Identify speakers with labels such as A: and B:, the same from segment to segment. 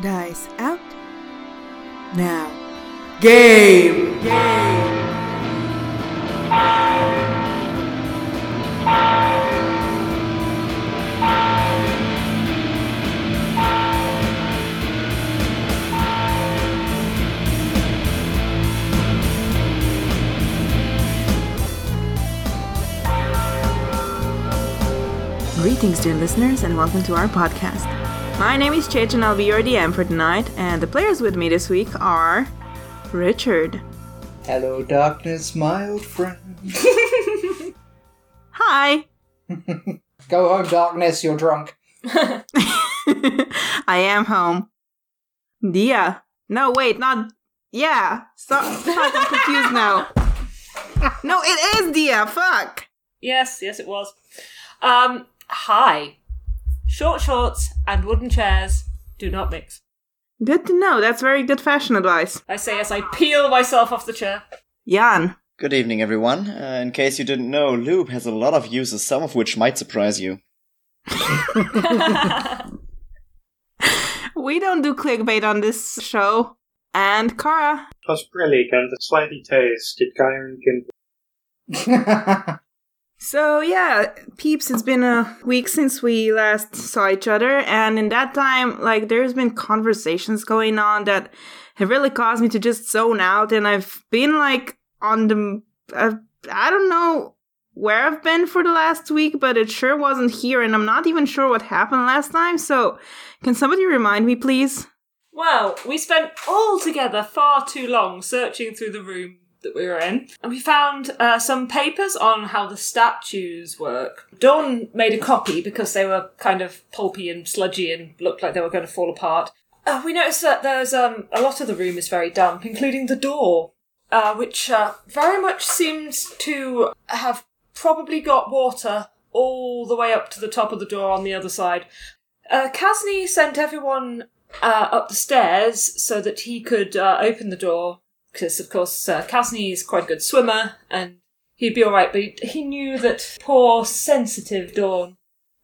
A: dies out. Now, game! Greetings, dear listeners, and welcome to our podcast.
B: My name is Chich and I'll be your DM for tonight. And the players with me this week are Richard.
C: Hello, darkness, my old friend.
B: Hi.
C: Go home, darkness, you're drunk.
B: I am home. Dia. No, wait, not. Yeah. Stop. Fuck, I'm confused now. No, it is Dia. Fuck.
D: Yes, yes, it was. Um, hi. Short shorts and wooden chairs do not mix.
B: Good to know. That's very good fashion advice.
D: I say as I peel myself off the chair.
B: Jan.
E: Good evening, everyone. Uh, in case you didn't know, lube has a lot of uses, some of which might surprise you.
B: We don't do clickbait on this show. And Kara.
F: Plus brillig and the slightly taste did Gyron Gimble.
C: Oh,
B: So yeah, peeps, it's been a week since we last saw each other, and in that time, like there's been conversations going on that have really caused me to just zone out, and I've been like on the, I've, I don't know where I've been for the last week, but it sure wasn't here, and I'm not even sure what happened last time. So, can somebody remind me, please?
D: Well, we spent all together far too long searching through the room that we were in, and we found uh, some papers on how the statues work. Dawn made a copy because they were kind of pulpy and sludgy and looked like they were going to fall apart. Uh, we noticed that there's um, a lot of the room is very damp, including the door, uh, which uh, very much seems to have probably got water all the way up to the top of the door on the other side. Uh, Kasny sent everyone uh, up the stairs so that he could uh, open the door, because of course uh, Kasny is quite a good swimmer and he'd be all right. But he, he knew that poor sensitive Dawn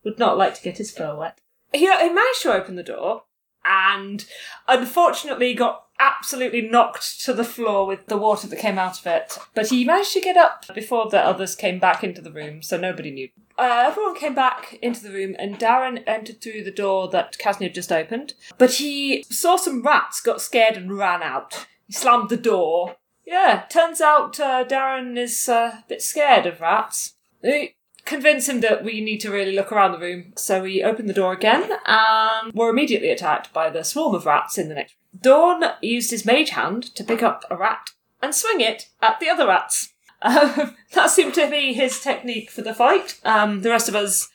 D: would not like to get his fur wet. He, he managed to open the door and unfortunately got absolutely knocked to the floor with the water that came out of it. But he managed to get up before the others came back into the room, so nobody knew. Uh, everyone came back into the room, and Darren entered through the door that Casney had just opened. But he saw some rats, got scared, and ran out. He slammed the door. Yeah, turns out uh, Darren is uh, a bit scared of rats. We convince him that we need to really look around the room, so we open the door again and were immediately attacked by the swarm of rats in the next room. Dawn used his mage hand to pick up a rat and swing it at the other rats. Um, that seemed to be his technique for the fight. Um, the rest of us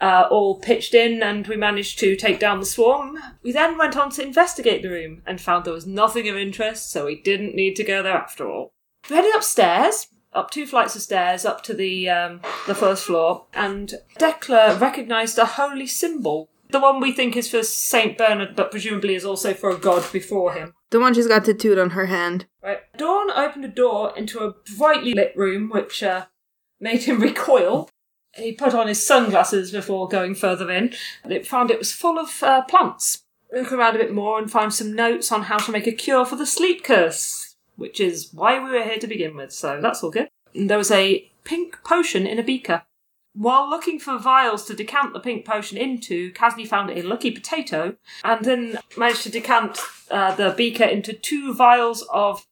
D: uh, all pitched in and we managed to take down the swarm. We then went on to investigate the room and found there was nothing of interest, so we didn't need to go there after all. We headed upstairs, up two flights of stairs, up to the um, the first floor, and Decla recognised a holy symbol, the one we think is for Saint Bernard, but presumably is also for a god before him.
B: The one she's got tattooed on her hand.
D: Right. Dawn opened a door into a brightly lit room, which uh, made him recoil. He put on his sunglasses before going further in, and it found it was full of uh, plants. Look around a bit more and found some notes on how to make a cure for the sleep curse, which is why we were here to begin with, so that's all good. And there was a pink potion in a beaker. While looking for vials to decant the pink potion into, Casney found a lucky potato and then managed to decant uh, the beaker into two vials of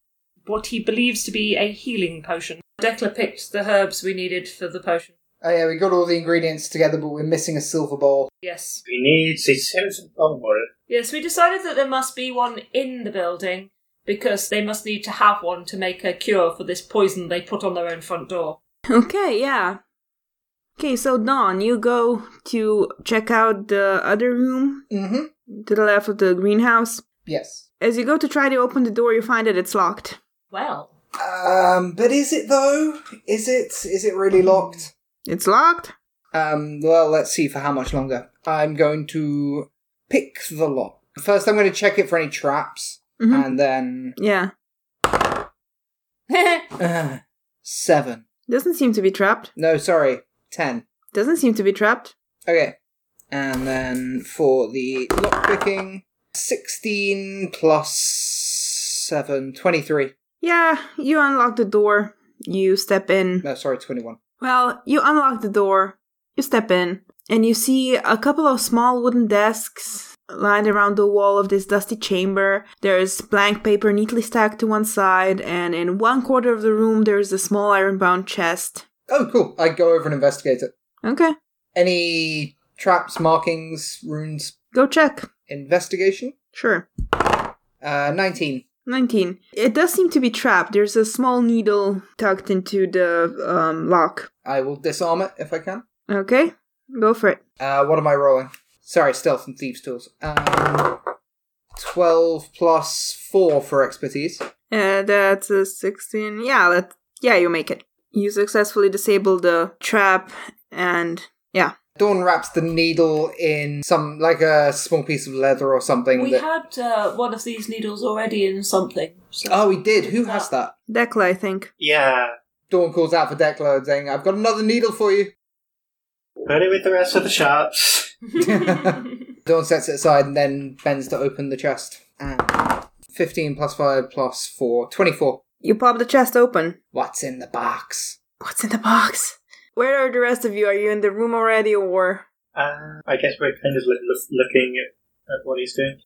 D: what he believes to be a healing potion. Decla picked the herbs we needed for the potion.
C: oh, yeah, we got all the ingredients together, but we're missing a silver ball.
D: Yes.
F: We need the silver bowl.
D: Yes, we decided that there must be one in the building because they must need to have one to make a cure for this poison they put on their own front door.
B: Okay, yeah. Okay, so Dawn, you go to check out the other room
C: Mm-hmm.
B: to the left of the greenhouse.
C: Yes.
B: As you go to try to open the door, you find that it's locked.
D: Well,
C: Um, but is it though? Is it? Is it really locked?
B: It's locked?
C: Um, well, let's see for how much longer. I'm going to pick the lock. First, I'm going to check it for any traps,
B: Mhm.
C: and then
B: Yeah.
C: uh, seven.
B: Doesn't seem to be trapped.
C: No, sorry, ten.
B: Doesn't seem to be trapped.
C: Okay, and then for the lock picking, 16 plus 7, 23.
B: Yeah, you unlock the door. You step in.
C: No, sorry, 21.
B: Well, you unlock the door, you step in, and you see a couple of small wooden desks lined around the wall of this dusty chamber. There's blank paper neatly stacked to one side, and in one corner of the room, there's a small iron bound chest.
C: Oh, cool. I go over and investigate it.
B: Okay,
C: Any traps, markings, runes,
B: go check.
C: investigation?
B: Sure.
C: Uh, 19.
B: 19. It does seem to be trapped. There's a small needle tucked into the um, lock.
C: I will disarm it if I can.
B: Okay, go for it.
C: Uh, what am I rolling? Sorry, stealth and thieves tools. Um, 12 plus 4 for expertise.
B: Uh, that's a 16. Yeah, that, yeah, you make it. You successfully disable the trap and yeah.
C: Dawn wraps the needle in some, like a small piece of leather or something.
D: We
C: that-
D: had uh, one of these needles already in something. So.
C: oh, we did. Who has that?
B: Decla, I think.
F: Yeah.
C: Dawn calls out for Declan saying, I've got another needle for you.
F: Ready with the rest of the sharps.
C: Dawn sets it aside and then bends to open the chest. And 15 plus 5 plus 4, 24.
B: You pop the chest open.
C: What's in the box?
B: What's in the box? Where are the rest of you? Are you in the room already or?
F: Uh, I guess we're kind of like loo- looking at, at what he's doing.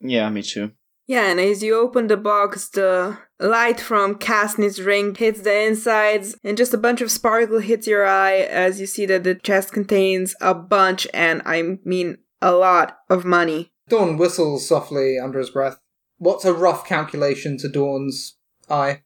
E: Yeah, me too.
B: Yeah, and as you open the box, the light from Casney's ring hits the insides, and just a bunch of sparkle hits your eye as you see that the chest contains a bunch, and I mean a lot of money.
C: Dawn whistles softly under his breath. What's a rough calculation to Dawn's eye?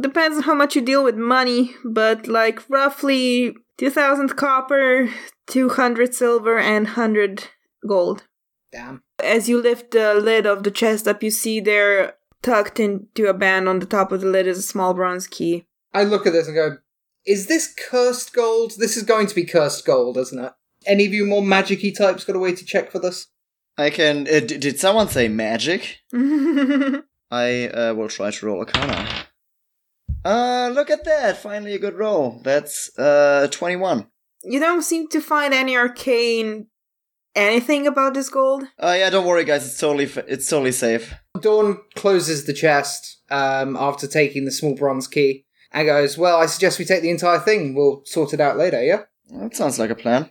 B: depends on how much you deal with money, but like roughly 2000 copper, 200 silver, and 100 gold.
C: Damn.
B: As you lift the lid of the chest up, you see there, tucked into a band on the top of the lid, is a small bronze key.
C: I look at this and go, is this cursed gold? This is going to be cursed gold, isn't it? Any of you more magic-y types got a way to check for this?
E: I can. Uh, d- did someone say magic?
B: That's
E: I uh, will try to roll Arcana. Uh, look at that! Finally, a good roll. That's uh twenty-one.
B: You don't seem to find any arcane anything about this gold.
E: Oh yeah, don't worry, guys. It's totally f- it's totally safe.
C: Dawn closes the chest um, after taking the small bronze key and goes, well, I suggest we take the entire thing. We'll sort it out later, yeah?
E: That sounds like a plan.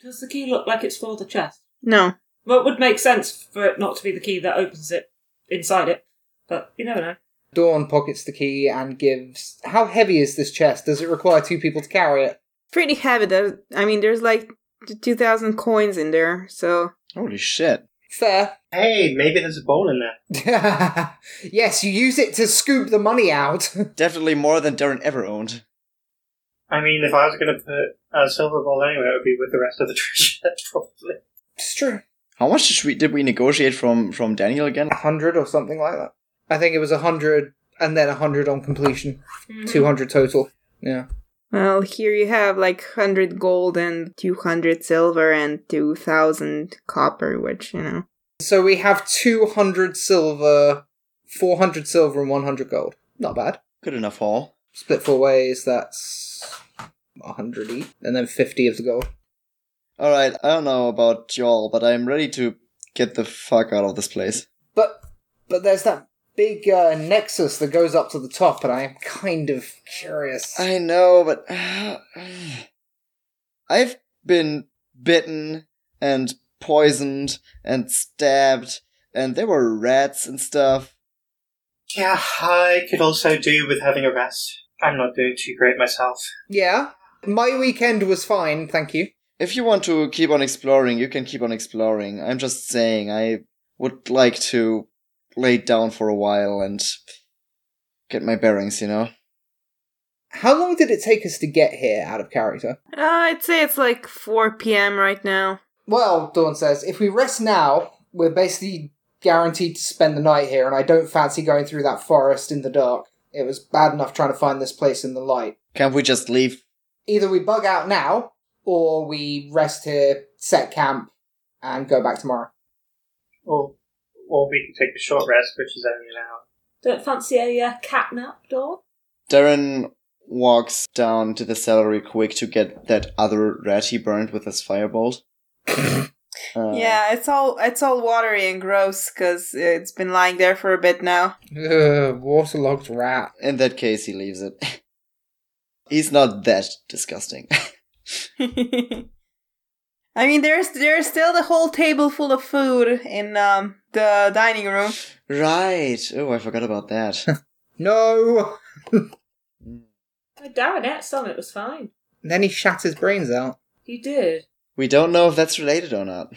D: Does the key look like it's for the chest?
B: No.
D: Well, it would make sense for it not to be the key that opens it inside it, but you never know.
C: Dawn pockets the key and gives. How heavy is this chest? Does it require two people to carry it?
B: Pretty heavy. There, I mean, there's like 2000 coins in there, so.
E: Holy shit!
C: Fair.
F: Hey, maybe there's a bowl in there.
C: yes, you use it to scoop the money out.
E: Definitely more than Darren ever owned.
F: I mean, if I was going to put a silver bowl anywhere, it would be with the rest of the treasure, probably.
C: it's true.
E: How much did we did we negotiate from from Daniel again?
C: A hundred or something like that. I think it was a hundred and then a hundred on completion. Two hundred total. Yeah.
B: Well, here you have like 100 gold and 200 silver and 2000 copper, which, you know.
C: So we have two hundred silver, four hundred silver, and one hundred gold. Not bad.
E: Good enough haul.
C: Split four ways. That's a hundred each, and then fifty of the gold.
E: All right, I don't know about y'all, but I'm ready to get the fuck out of this place.
C: But but there's that big uh, nexus that goes up to the top, and I am kind of curious.
E: I know, but I've been bitten and poisoned and stabbed, and there were rats and stuff.
F: Yeah, I could also do with having a rest. I'm not doing too great myself.
C: Yeah, my weekend was fine, thank you.
E: If you want to keep on exploring, you can keep on exploring. I'm just saying, I would like to lay down for a while and get my bearings, you know?
C: How long did it take us to get here out of character?
B: Uh, I'd say it's like 4 p.m. right now.
C: Well, Dawn says, if we rest now, we're basically guaranteed to spend the night here, and I don't fancy going through that forest in the dark. It was bad enough trying to find this place in the light.
E: Can't we just leave?
C: Either we bug out now, or we rest here, set camp, and go back tomorrow.
F: Or, or we could take a short rest, which is only an hour.
D: Don't fancy a uh, cat nap, Dawn?
E: Darren walks down to the cellar real quick to get that other rat he burned with his firebolt. Uh,
B: yeah, it's all it's all watery and gross because it's been lying there for a bit now.
C: Ugh, waterlogged rat.
E: In that case, he leaves it. He's not that disgusting.
B: I mean, there's there's still the whole table full of food in um, the dining room.
E: right. Oh, I forgot about that.
C: No.
D: I doubt it. Some it was fine.
C: Then he shat his brains out.
D: He did.
E: we don't know if that's related or not.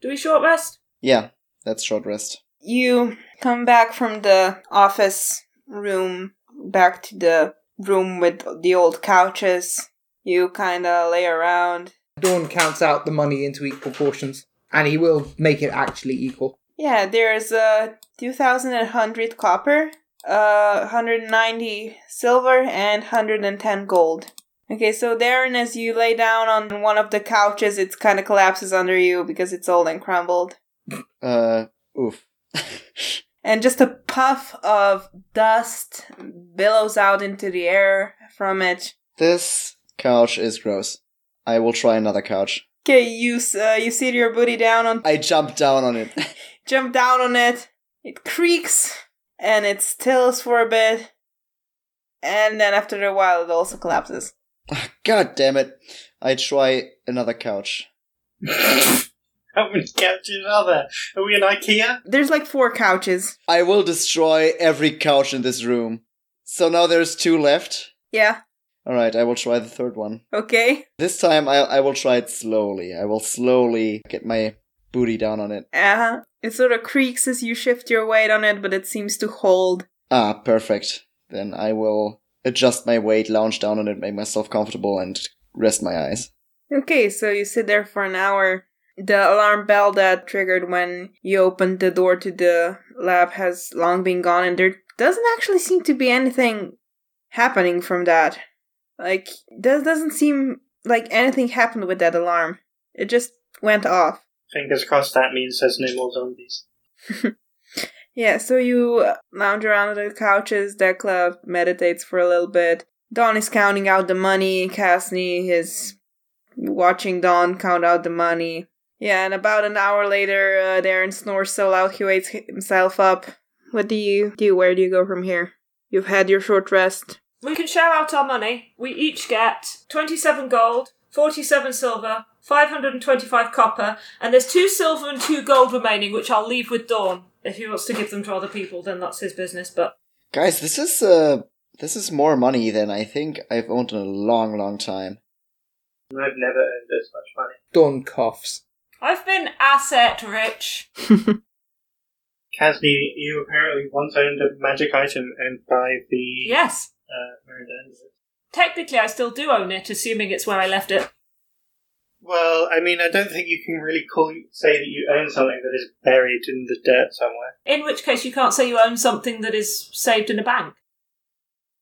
D: Do we short rest?
E: yeah, that's short rest.
B: You come back from the office room back to the room with the old couches. You kind of lay around.
C: Dawn counts out the money into equal portions, and he will make it actually equal.
B: Yeah, there's uh, 2,100 copper, uh, 190 silver, and 110 gold. Okay, so Darren, as you lay down on one of the couches, it kind of collapses under you because it's old and crumbled.
E: Uh, oof.
B: And just a puff of dust billows out into the air from it.
E: This couch is gross. I will try another couch.
B: Okay, you s- uh, you sit your booty down on,
E: I jump down on it.
B: jump down on it. It creaks and it stills for a bit, and then after a while, it also collapses.
E: God damn it. I try another couch.
F: How many couches are there? Are we in IKEA?
B: There's like four couches.
E: I will destroy every couch in this room. So now there's two left.
B: Yeah.
E: Alright, I will try the third one.
B: Okay.
E: This time I, I will try it slowly. I will slowly get my booty down on it.
B: Uh huh. It sort of creaks as you shift your weight on it, but it seems to hold.
E: Ah, perfect. Then I will adjust my weight, lounge down on it, make myself comfortable, and rest my eyes.
B: Okay, so you sit there for an hour. The alarm bell that triggered when you opened the door to the lab has long been gone, and there doesn't actually seem to be anything happening from that. Like, that doesn't seem like anything happened with that alarm. It just went off.
F: Fingers crossed that means there's no more zombies.
B: Yeah, so you uh, lounge around on the couches. Decla meditates for a little bit. Don is counting out the money. Casney is watching Don count out the money. Yeah, and about an hour later, uh, Darren snores so loud he wakes himself up. What do you do? Where do you go from here? You've had your short rest.
D: We can share out our money. We each get 27 gold, 47 silver, 525 copper, and there's two silver and two gold remaining, which I'll leave with Dawn. If he wants to give them to other people, then that's his business, but
E: Guys, this is uh this is more money than I think I've owned in a long, long time.
F: I've never earned this much money.
C: Dawn coughs.
D: I've been asset rich.
F: Casney, you apparently once owned a magic item owned by the
D: Yes.
F: uh, Merida.
D: Technically, I still do own it, assuming it's where I left it.
F: Well, I mean, I don't think you can really call say that you own something that is buried in the dirt somewhere.
D: In which case, you can't say you own something that is saved in a bank.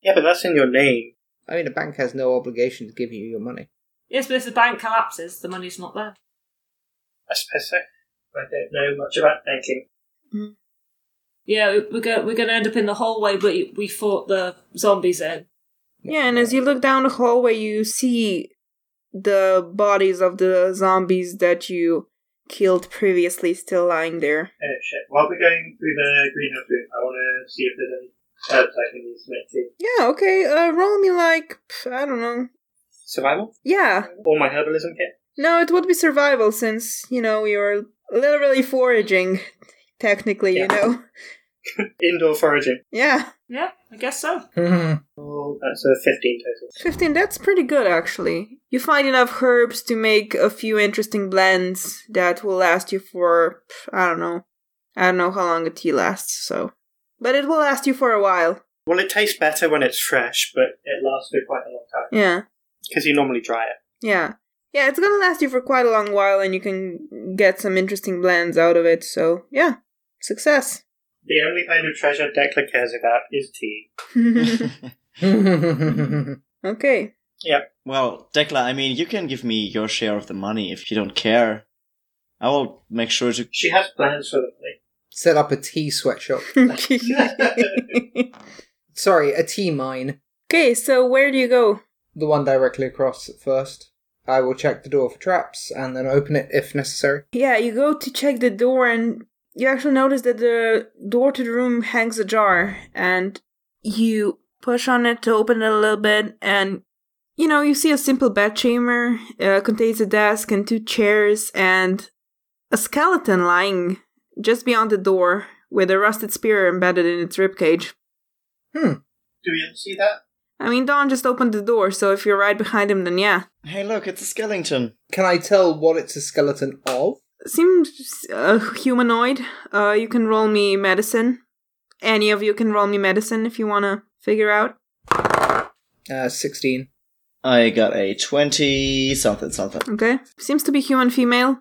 F: Yeah, but that's in your name.
C: I mean, a bank has no obligation to give you your money.
D: Yes, but if the bank collapses, the money's not there.
F: I suppose so. I don't know much about banking.
D: Yeah, we're going we're going to end up in the hallway we we fought the zombies in.
B: Yeah, and as you look down the hallway, you see the bodies of the zombies that you killed previously still lying there.
F: Oh shit! While we're going through the greenhouse room, I want to see if there's any herbs I can use to make tea.
B: Yeah, okay. Uh, roll me like pff, I don't know.
F: Survival?
B: Yeah,
F: Or my herbalism kit?
B: no, it would be survival since you know you're literally foraging. Technically, you
F: Yeah.
B: know.
F: Indoor foraging.
B: Yeah,
D: Yeah, I guess so.
F: Oh, that's a fifteen total.
B: fifteen. That's pretty good actually. You find enough herbs to make a few interesting blends that will last you for pff, I don't know. I don't know how long a tea lasts, so but it will last you for a while.
F: Well, it tastes better when it's fresh, but it lasts for quite a long time
B: Yeah.
F: because you normally dry it.
B: Yeah. Yeah, it's gonna last you for quite a long while and you can get some interesting blends out of it, so yeah. Success.
F: The only kind of treasure Declan cares about is tea.
B: okay.
E: Well, Decla, I mean, you can give me your share of the money if you don't care. I will make sure to.
F: She has plans for the money.
C: Set up a tea sweatshop.
B: okay,
C: Sorry, a tea mine.
B: so where do you go?
C: The one directly across at first. I will check the door for traps and then open it if necessary.
B: Yeah, you go to check the door and you actually notice that the door to the room hangs ajar and you push on it to open it a little bit and you know, you see a simple bed chamber, uh, contains a desk and two chairs and a skeleton lying just beyond the door with a rusted spear embedded in its ribcage.
C: Hmm.
F: Do we all see that?
B: I mean, Don just opened the door, so if you're right behind him, then yeah.
E: Hey, look, it's a skeleton.
C: Can I tell what it's a skeleton of?
B: seems uh, humanoid. Uh, you can roll me medicine. Any of you can roll me medicine if you want to figure out.
C: Uh, 16.
E: I got a 20 something something.
B: Okay. Seems to be human female.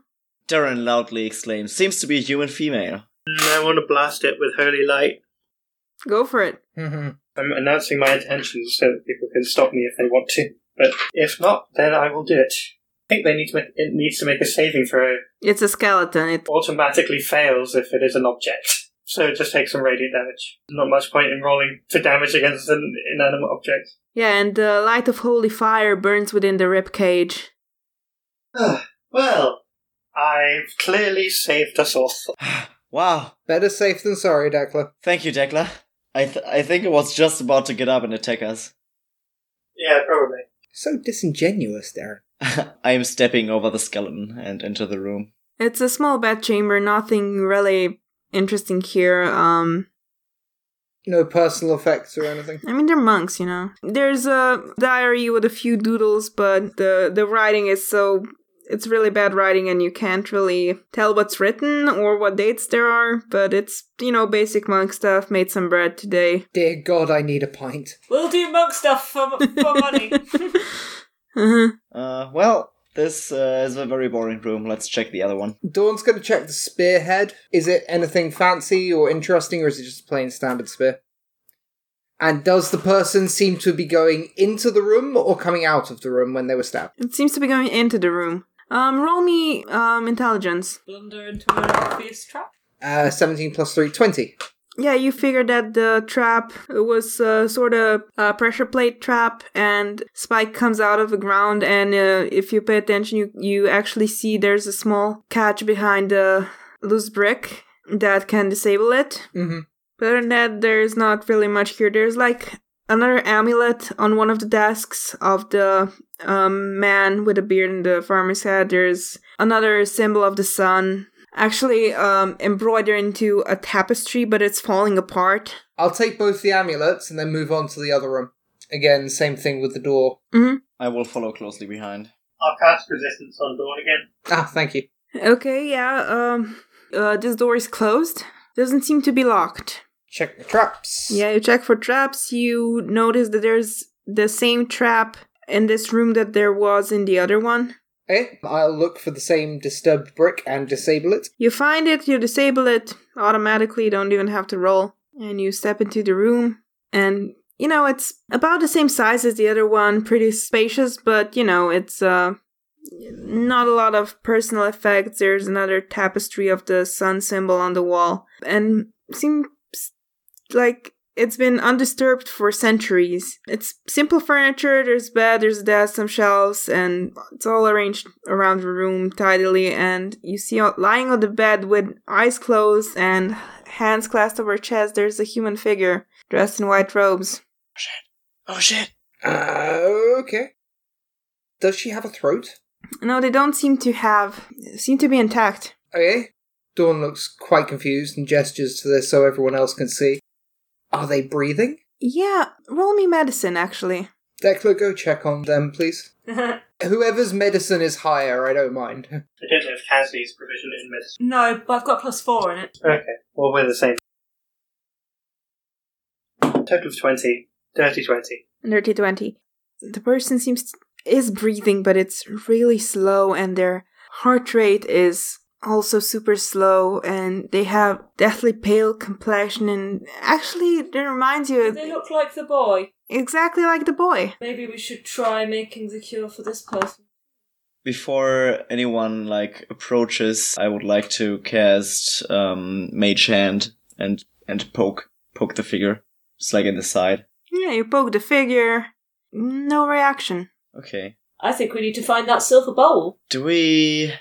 E: Darren loudly exclaims, seems to be a human female.
F: Mm, I want to blast it with holy light.
B: Go for it.
C: hmm
F: I'm announcing my intentions so that people can stop me if they want to. But if not, then I will do it. I think they need to make, it needs to make a saving throw.
B: It's a skeleton. It
F: Automatically fails if it is an object. So it just takes some radiant damage. Not much point in rolling for damage against an inanimate object.
B: yeah, and the light of holy fire burns within the rib cage.
F: Ah, Well, I've clearly saved us all.
E: Wow.
C: Better safe than sorry, Declan.
E: Thank you, Dekla. I, th- I think it was just about to get up and attack us.
F: Yeah, probably.
C: So disingenuous, Darren.
E: I am stepping over the skeleton and into the room.
B: It's a small bedchamber. Nothing really interesting here. Um,
C: No personal effects or anything.
B: I mean, they're monks, you know. There's a diary with a few doodles, but the the writing is so it's really bad writing, and you can't really tell what's written or what dates there are. But it's you know basic monk stuff. Made some bread today.
C: Dear God, I need a pint.
D: We'll do monk stuff for, for money.
B: Uh-huh.
E: Uh, well, this uh, is a very boring room. Let's check the other one.
C: Dawn's going to check the spearhead. Is it anything fancy or interesting, or is it just a plain standard spear? And does the person seem to be going into the room or coming out of the room when they were stabbed?
B: It seems to be going into the room. Um, roll me um intelligence.
D: Blunder into an obvious trap.
C: Uh, 17 plus 3, 20.
B: Yeah, you figured that the trap was uh, sort of a pressure plate trap, and Spike comes out of the ground. And uh, if you pay attention, you, you actually see there's a small catch behind the loose brick that can disable it.
C: Mm-hmm.
B: But other than that, there's not really much here. There's like another amulet on one of the desks of the um, man with a beard and the farmer's hat. There's another symbol of the sun. Actually, um, embroidered into a tapestry, but it's falling apart.
C: I'll take both the amulets and then move on to the other room. Again, same thing with the door.
E: I will follow closely behind.
F: I'll cast resistance on Dawn again.
C: Ah, thank you.
B: Okay, yeah. Um, uh, this door is closed. Doesn't seem to be locked.
C: Check the traps.
B: Yeah, you check for traps. You notice that there's the same trap in this room that there was in the other one.
C: Okay, Eh, I'll look for the same disturbed brick and disable it.
B: You find it, you disable it automatically, you don't even have to roll. And you step into the room, and you know, it's about the same size as the other one, pretty spacious, but you know, it's uh, not a lot of personal effects. There's another tapestry of the sun symbol on the wall, and seems like it's been undisturbed for centuries. It's simple furniture. There's bed, there's a desk, some shelves, and it's all arranged around the room tidily. And you see, uh, lying on the bed with eyes closed and hands clasped over her chest, there's a human figure dressed in white robes.
E: Oh shit!
C: Uh, okay. Does she have a throat?
B: No, they don't seem to have seem to be intact.
C: Okay. Oh, Dawn looks quite confused and gestures to this so everyone else can see. Are they breathing?
B: Yeah, roll me medicine actually.
C: Declan, go check on them, please. Whoever's medicine is higher, I don't mind.
F: I don't know if Cassidy's provision in medicine.
D: no, but I've got plus four in it.
F: Okay, well, we're the same. Total of 20. Dirty 20.
B: Dirty twenty. The person seems is breathing, but it's really slow, and their heart rate is also super slow, and they have deathly pale complexion, and actually, it reminds
D: They
B: you
D: look like the boy.
B: exactly like the boy.
D: Maybe we should try making the cure for this person.
E: Before anyone like approaches, I would like to cast um, Mage Hand and and poke poke the figure, just like in the side.
B: Yeah, you poke the figure, no reaction.
E: Okay.
D: I think we need to find that silver bowl.
E: Do we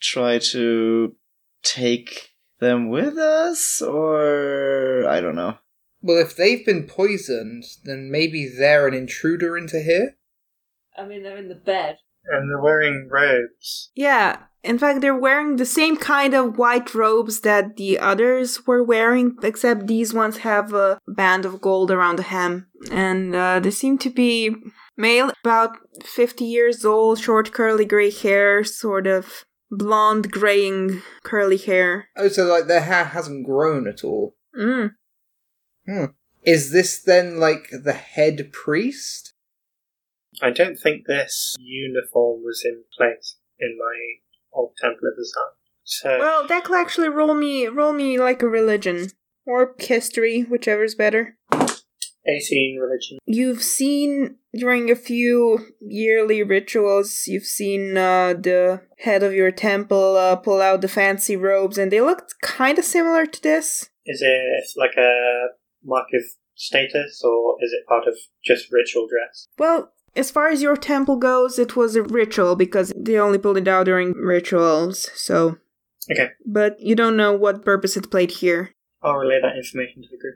E: try to take them with us, or I don't know?
C: Well, if they've been poisoned, then maybe they're an intruder into here.
D: I mean, they're in the bed.
F: And they're wearing robes.
B: Yeah. In fact, they're wearing the same kind of white robes that the others were wearing, except these ones have a band of gold around the hem. And uh, they seem to be male, about 50 years old, short curly gray hair, sort of blonde graying curly hair.
C: Oh, so like their hair hasn't grown at all.
B: Mm.
C: Is this then like the head priest?
F: I don't think this uniform was in place in my old temple of design. So
B: Well, that could actually roll me, roll me like a religion. Or history, whichever's better.
F: 18 religion.
B: you've seen during a few yearly rituals you've seen uh, the head of your temple uh, pull out the fancy robes and they looked kind of similar to this
F: Is it like a mark of status or is it part of just ritual dress?
B: well as far as your temple goes it was a ritual because they only pulled it out during rituals so
F: Okay.
B: but you don't know what purpose it played here
F: I'll relay that information to the group.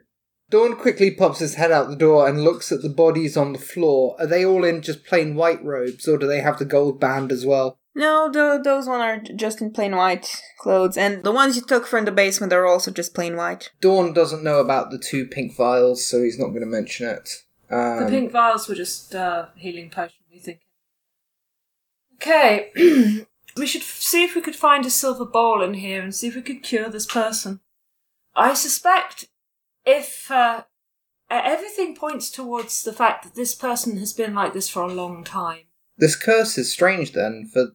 C: Dawn quickly pops his head out the door and looks at the bodies on the floor. Are they all in just plain white robes, or do they have the gold band as well?
B: no tho- those one are just in plain white clothes and the ones you took from the basement are also just plain white
C: Dawn doesn't know about the two pink vials, so he's not going to mention it. Um,
D: the pink vials were just uh, healing potion, we think. Okay, we should f- see if we could find a silver bowl in here and see if we could cure this person. I suspect if uh, e- everything points towards the fact that this person has been like this for a long time.
C: This curse is strange then, for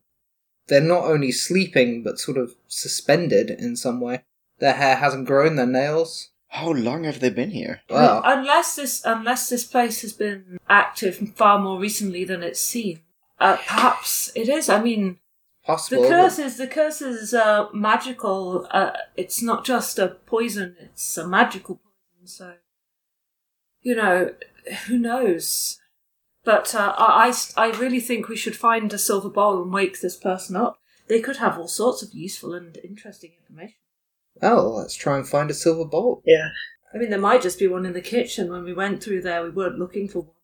C: they're not only sleeping, but sort of suspended in some way. Their hair hasn't grown, their nails.
E: How long have they been here?
C: Wow.
D: Unless this, unless this place has been active far more recently than it's seen, uh, perhaps it is. I mean,
C: Possible.
D: the
C: but-
D: curse is the curse is uh, magical. Uh, it's not just a poison; it's a magical poison. So, you know, who knows? But uh, I, I s- I really think we should find a silver bowl and wake this person up. They could have all sorts of useful and interesting information.
C: Oh, let's try and find a silver bowl.
F: Yeah.
D: I mean, there might just be one in the kitchen. When we went through there, we weren't looking for one.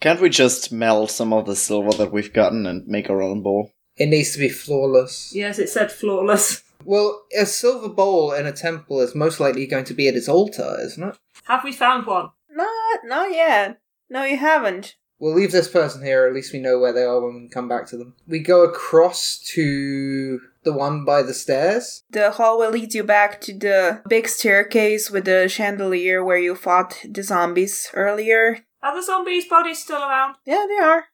E: Can't we just melt some of the silver that we've gotten and make our own bowl?
C: It needs to be flawless.
D: Yes, it said flawless.
C: Well, a silver bowl in a temple is most likely going to be at its altar, isn't it?
D: Have we found one?
B: Not, not yet. No, you haven't.
C: We'll leave this person here, at least we know where they are when we come back to them. We go across to the one by the stairs.
B: The hallway leads you back to the big staircase with the chandelier where you fought the zombies earlier.
D: Are the zombies' bodies still around?
B: Yeah, they are.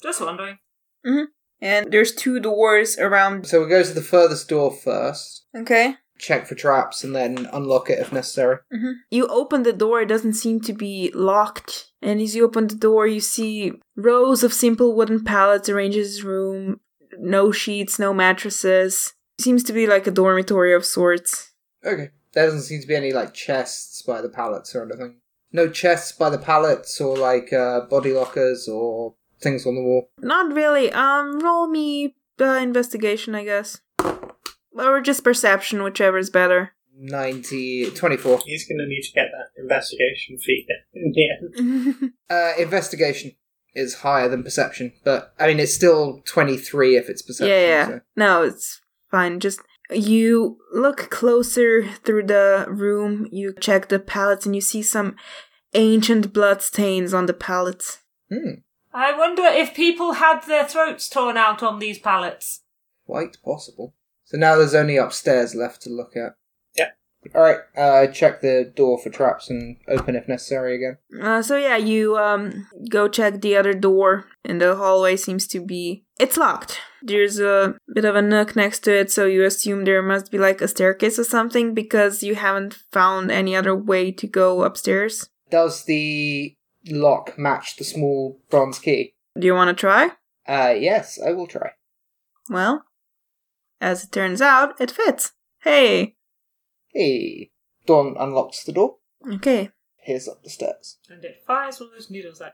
D: Just wondering.
B: And there's two doors around.
C: So we go to the furthest door first,
B: Okay. Mm-hmm.
C: check for traps, and then unlock it if necessary.
B: You open the door, it doesn't seem to be locked. And as you open the door, you see rows of simple wooden pallets arranged in this room. No sheets, no mattresses. Seems to be like a dormitory of sorts.
C: Okay. There doesn't seem to be any like chests by the pallets or anything. No chests by the pallets or like uh, body lockers or things on the wall.
B: Not really. Um, roll me uh, investigation, I guess. Or just perception, whichever is better.
C: 90, 24.
F: He's going to need to get that investigation feat in the end.
C: Uh, investigation is higher than perception, but I mean it's still 23 if it's perception.
B: yeah, yeah.
C: so-
B: No, it's fine. Just you look closer through the room, you check the pallets, and you see some ancient blood stains on the pallets.
C: Hmm.
D: I wonder if people had their throats torn out on these pallets.
C: Quite possible. So now there's only upstairs left to look at.
F: Yeah.
C: Alright, uh, check the door for traps and open if necessary again.
B: Uh, so yeah, you um go check the other door, and the hallway seems to be it's locked. There's a bit of a nook next to it, so you assume there must be like a staircase or something because you haven't found any other way to go upstairs.
C: Does the lock match the small bronze key?
B: Do you want to try?
C: Uh, yes, I will try.
B: Well, as it turns out, it fits. Hey,
C: Hey. Dawn unlocks the door,
B: okay.
C: peers up the stairs.
D: And it fires one of those needles out.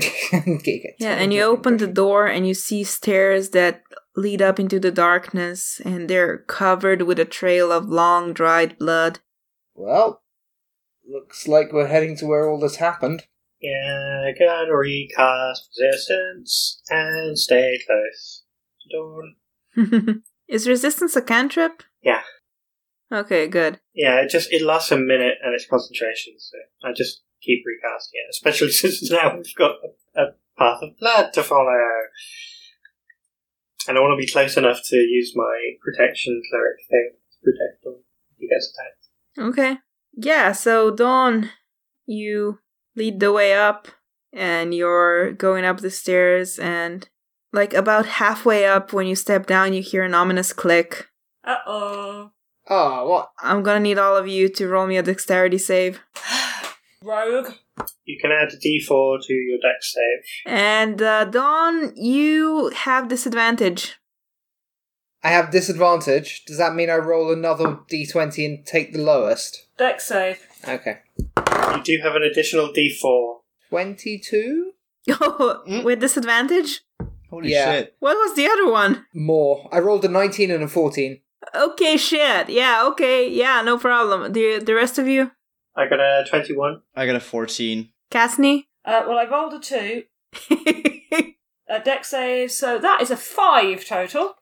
C: Giga.
B: Yeah, and you open the door and you see stairs that lead up into the darkness, and they're covered with a trail of long dried blood.
C: Well, looks like we're heading to where all this happened.
F: Yeah, I can recast resistance and stay close. Dawn.
B: Is resistance a cantrip?
F: Yeah.
B: Okay, good.
F: Yeah, it just it lasts a minute and it's concentration, so I just keep recasting it. Especially since now we've got a, a path of blood to follow. And I want to be close enough to use my protection cleric thing to protect Dawn if he gets attacked.
B: Okay. Yeah, so Dawn, you lead the way up and you're going up the stairs and like about halfway up when you step down you hear an ominous click.
D: Uh oh.
C: Oh, what?
B: I'm gonna need all of you to roll me a dexterity save.
D: Rogue.
F: You can add a d4 to your dex save.
B: And uh, Dawn, you have disadvantage.
C: I have disadvantage. Does that mean I roll another d20 and take the lowest?
D: Dex save.
C: Okay.
F: You do have an additional d4.
C: 22?
B: With disadvantage?
E: Holy
C: Yeah.
E: shit.
B: What was the other one?
C: More. I rolled a 19 and a 14.
B: Okay, shit. Yeah, okay. Yeah, no problem. The the rest of you?
F: I got a 21.
E: I got a 14.
B: Casney?
D: Uh, well, I rolled a two. A dex save, so that is a five total.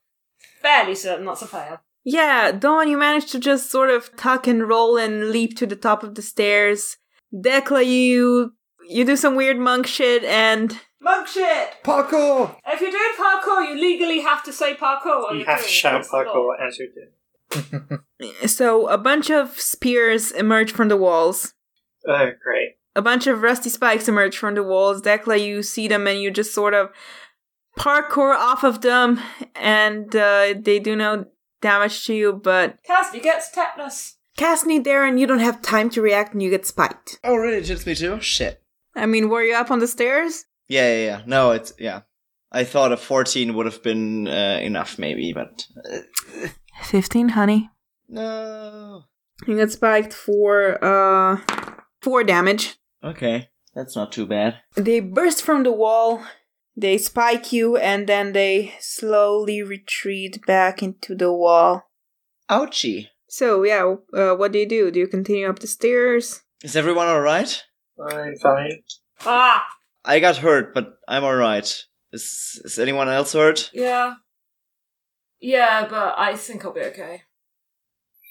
D: Fairly certain that's a fail.
B: Yeah, Dawn, you managed to just sort of tuck and roll and leap to the top of the stairs. Decla, you you do some weird monk shit, and
D: Monk shit!
C: Parkour!
D: If you're doing parkour, you legally have to say parkour. While
F: You
D: Oh, you're
F: have to
D: doing it.
F: shout
D: That's the law.
F: parkour as you do.
B: so a bunch of spears emerge from the walls.
F: Oh, great.
B: A bunch of rusty spikes emerge from the walls. Decla, you see them, and you just sort of parkour off of them, and uh, they do no damage to you. But
D: Cassidy gets tetanus.
B: Casney, Darren, you don't have time to react, and you get spiked.
E: Oh, really? It hits me too? Shit.
B: I mean, were you up on the stairs?
E: Yeah, yeah, yeah. No, it's. Yeah. I thought a 14 would have been uh, enough, maybe, but. uh,
B: Fifteen, honey.
E: no.
B: You get spiked for uh four damage.
E: Okay. That's not too bad.
B: They burst from the wall, they spike you, and then they slowly retreat back into the wall.
E: Ouchie.
B: So yeah, uh, what do you do? Do you continue up the stairs?
E: Is everyone alright?
F: I'm fine.
D: Ah,
E: I got hurt, but I'm alright. Is, is anyone else hurt?
D: yeah. Yeah, but I think I'll be okay.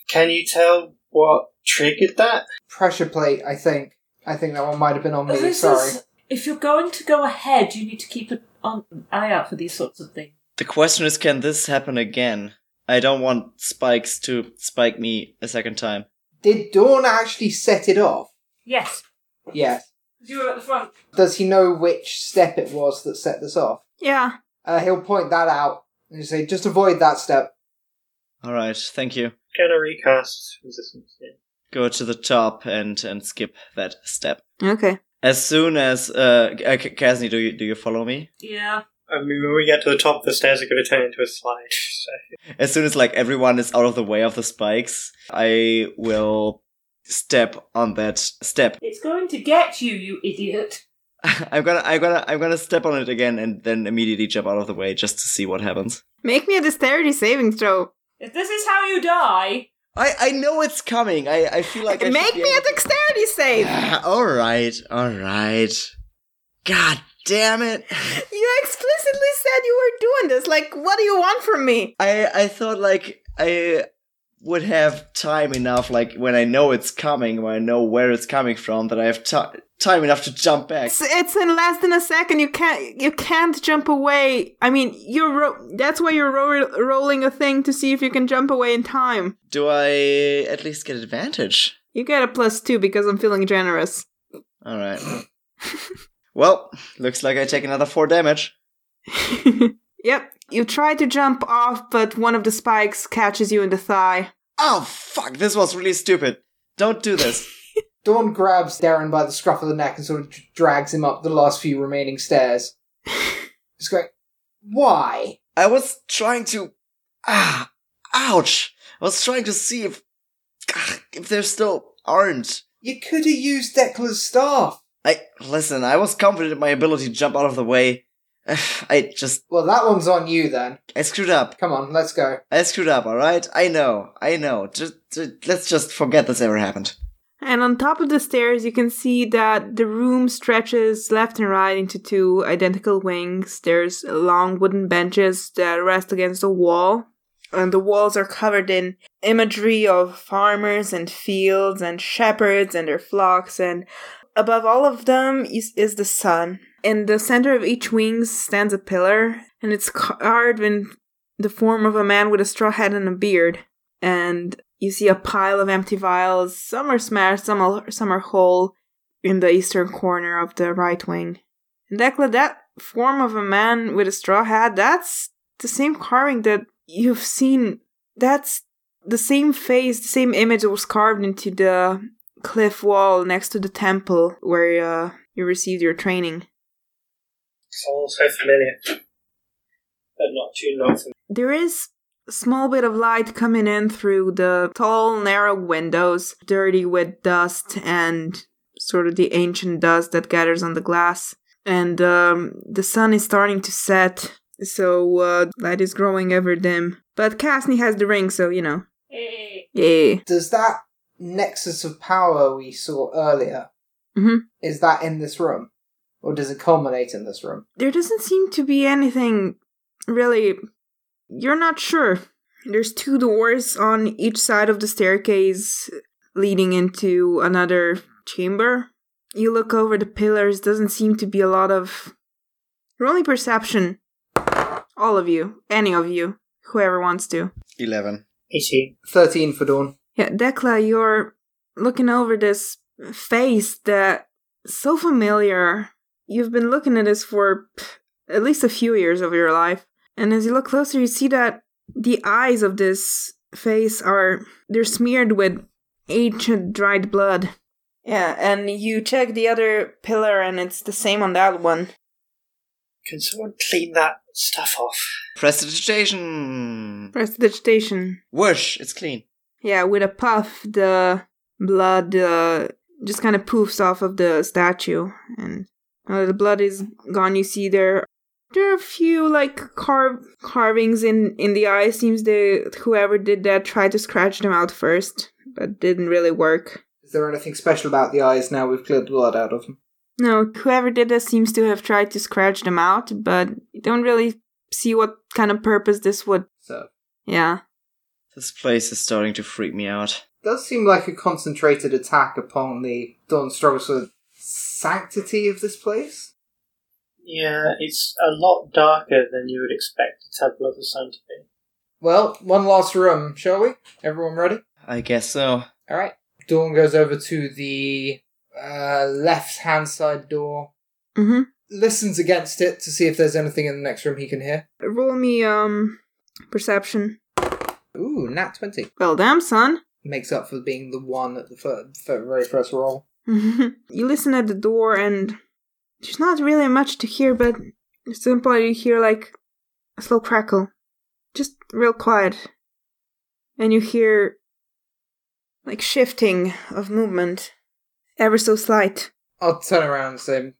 F: Can you tell what triggered that?
C: Pressure plate, I think. I think that one might have been on me,
D: This
C: sorry.
D: is- if you're going to go ahead, you need to keep an an eye out for these sorts of things.
E: The question is can this happen again? I don't want spikes to spike me a second time.
C: Did Dawn actually set it off?
D: Yes.
C: Yes.
D: You were at the front.
C: Does he know which step it was that set this off?
B: Yeah.
C: Uh, he'll point that out and say, just avoid that step.
E: Alright, thank you.
F: Get a recast resistance. Yeah.
E: Go to the top and, and skip that step.
B: Okay.
E: As soon as uh, K- K- Kasni, do you do you follow me?
D: Yeah.
F: I mean, when we get to the top, the stairs are going to turn into a slide. So.
E: As soon as like everyone is out of the way of the spikes, I will step on that step.
D: It's going to get you, you idiot.
E: I'm gonna I'm gonna I'm gonna step on it again and then immediately jump out of the way just to see what happens.
B: Make me a dexterity saving throw.
D: If this is how you die,
E: I I know it's coming. I I feel like I should
B: Make
E: be
B: me a
E: able-
B: dexterity save.
E: Ah, all right, all right. God damn it!
B: You explicitly said you were doing this. Like, what do you want from me?
E: I I thought like I would have time enough, like when I know it's coming, when I know where it's coming from, that I have ti time enough to jump back.
B: It's, it's in less than a second. You can't you can't jump away. I mean, you're ro- that's why you're ro- rolling a thing to see if you can jump away in time.
E: Do I at least get advantage?
B: You get a plus two because I'm feeling generous.
E: All right. well, looks like I take another four damage.
B: yep. You try to jump off, but one of the spikes catches you in the thigh.
E: Oh fuck! This was really stupid. Don't do this.
C: Dawn grabs Darren by the scruff of the neck and sort of d- drags him up the last few remaining stairs. It's going, why?
E: I was trying to. Ah, ouch! I was trying to see if ah, if there still aren't.
C: You could have used Declan's staff.
E: I listen. I was confident in my ability to jump out of the way. I just
C: Well, that one's on you then.
E: I screwed up.
C: Come on, let's go.
E: I screwed up. All right. I know. I know. Just, just let's just forget this ever happened.
B: And on top of the stairs, you can see that the room stretches left and right into two identical wings. There's long wooden benches that rest against the wall. And the walls are covered in imagery of farmers and fields and shepherds and their flocks. And above all of them is, is the sun. In the center of each wing stands a pillar, and it's carved in the form of a man with a straw hat and a beard and you see a pile of empty vials. Some are smashed, some are, some are whole, in the eastern corner of the right wing. And Dekla, that form of a man with a straw hat, that's the same carving that you've seen. That's the same face, the same image that was carved into the cliff wall next to the temple where uh, you received your training.
F: It's all so familiar. But not too not familiar.
B: There is a small bit of light coming in through the tall, narrow windows, dirty with dust and sort of the ancient dust that gathers on the glass. And um, the sun is starting to set, so uh, light is growing ever dim. But Casney has the ring, so you know.
D: Eh.
B: Yeah.
C: Does that nexus of power we saw earlier
B: Mhm.
C: is that in this room, or does it culminate in this room?
B: There doesn't seem to be anything really. You're not sure. There's two doors on each side of the staircase leading into another chamber. You look over the pillars, doesn't seem to be a lot of. Roll me perception. All of you. Any of you. Whoever wants to.
E: Eleven.
F: 18.
C: Thirteen for Dawn.
B: Yeah, Dekla, you're looking over this face that so familiar. You've been looking at this for pff, at least a few years of your life. And as you look closer, you see that the eyes of this face are they're smeared with ancient dried blood. Yeah, and you check the other pillar and it's the same on that one.
F: Can someone clean that stuff off?
E: Prestidigitation.
B: Prestidigitation.
E: Whoosh! It's clean.
B: Yeah, with a puff, the blood uh, just kind of poofs off of the statue, and uh, the blood is gone. You see there, there are a few like carve carvings in in the eye. Seems they whoever did that tried to scratch them out first, but didn't really work.
C: Is there anything special about the eyes now we've cleared the blood out of them?
B: No, whoever did this seems to have tried to scratch them out, but you don't really see what kind of purpose this would.
C: So
B: Yeah.
E: This place is starting to freak me out.
C: does seem like a concentrated attack upon the Dawn struggles with sanctity of this place.
F: Yeah, it's a lot darker than you would expect a Temple of the Sun to be.
C: Well, one last room, shall we? Everyone ready?
E: I guess so.
C: All right. Dawn goes over to the uh, left-hand side door,
B: Mm-hmm.
C: listens against it to see if there's anything in the next room he can hear.
B: Roll me um perception.
C: Ooh, nat twenty
B: Well, damn, son. makes
C: makes up for being the one at the fir- fir- very first roll.
B: you listen at the door, and there's not really much to hear, but at some point you hear like a slow crackle, just real quiet, and you hear like shifting of movement, ever so slight.
C: I'll turn around and say,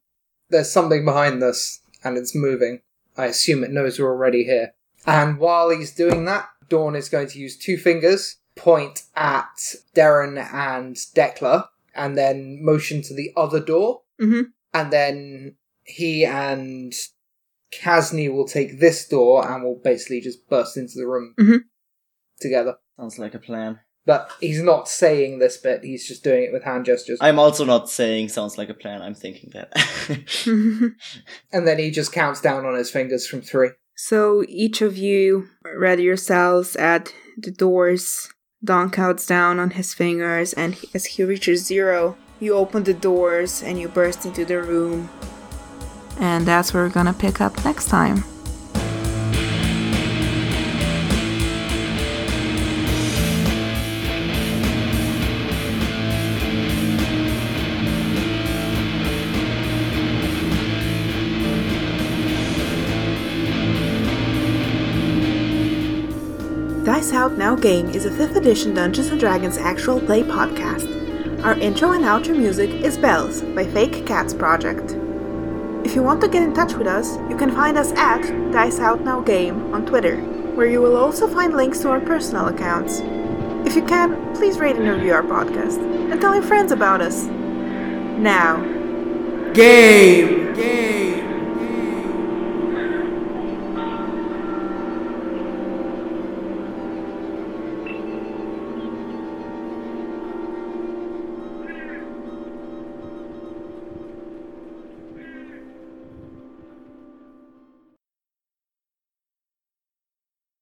C: "There's something behind this, and it's moving. I assume it knows we're already here." And while he's doing that, Dawn is going to use two fingers, point at Darren and Decla, and then motion to the other door,
B: Mhm.
C: and then he and Casney will take this door and will basically just burst into the room
B: Mhm.
C: together.
E: Sounds like a plan.
C: But he's not saying this bit; he's just doing it with hand gestures.
E: I'm also not saying sounds like a plan. I'm thinking that.
B: Mm-hmm.
C: And then he just counts down on his fingers from three.
B: so each of you ready yourselves at the doors. Don counts down on his fingers, and he- as he reaches zero, you open the doors and you burst into the room. And that's where we're gonna pick up next time.
A: Dice Out Now Game is a 5th edition Dungeons & Dragons actual play podcast.
B: Our intro and outro music is Bells by Fake Cats Project. If you want to get in touch with us, you can find us at Dice Out Now Game on Twitter, where you will also find links to our personal accounts. If you can, please rate and review our podcast and tell your friends about us. Now,
G: Game. Game.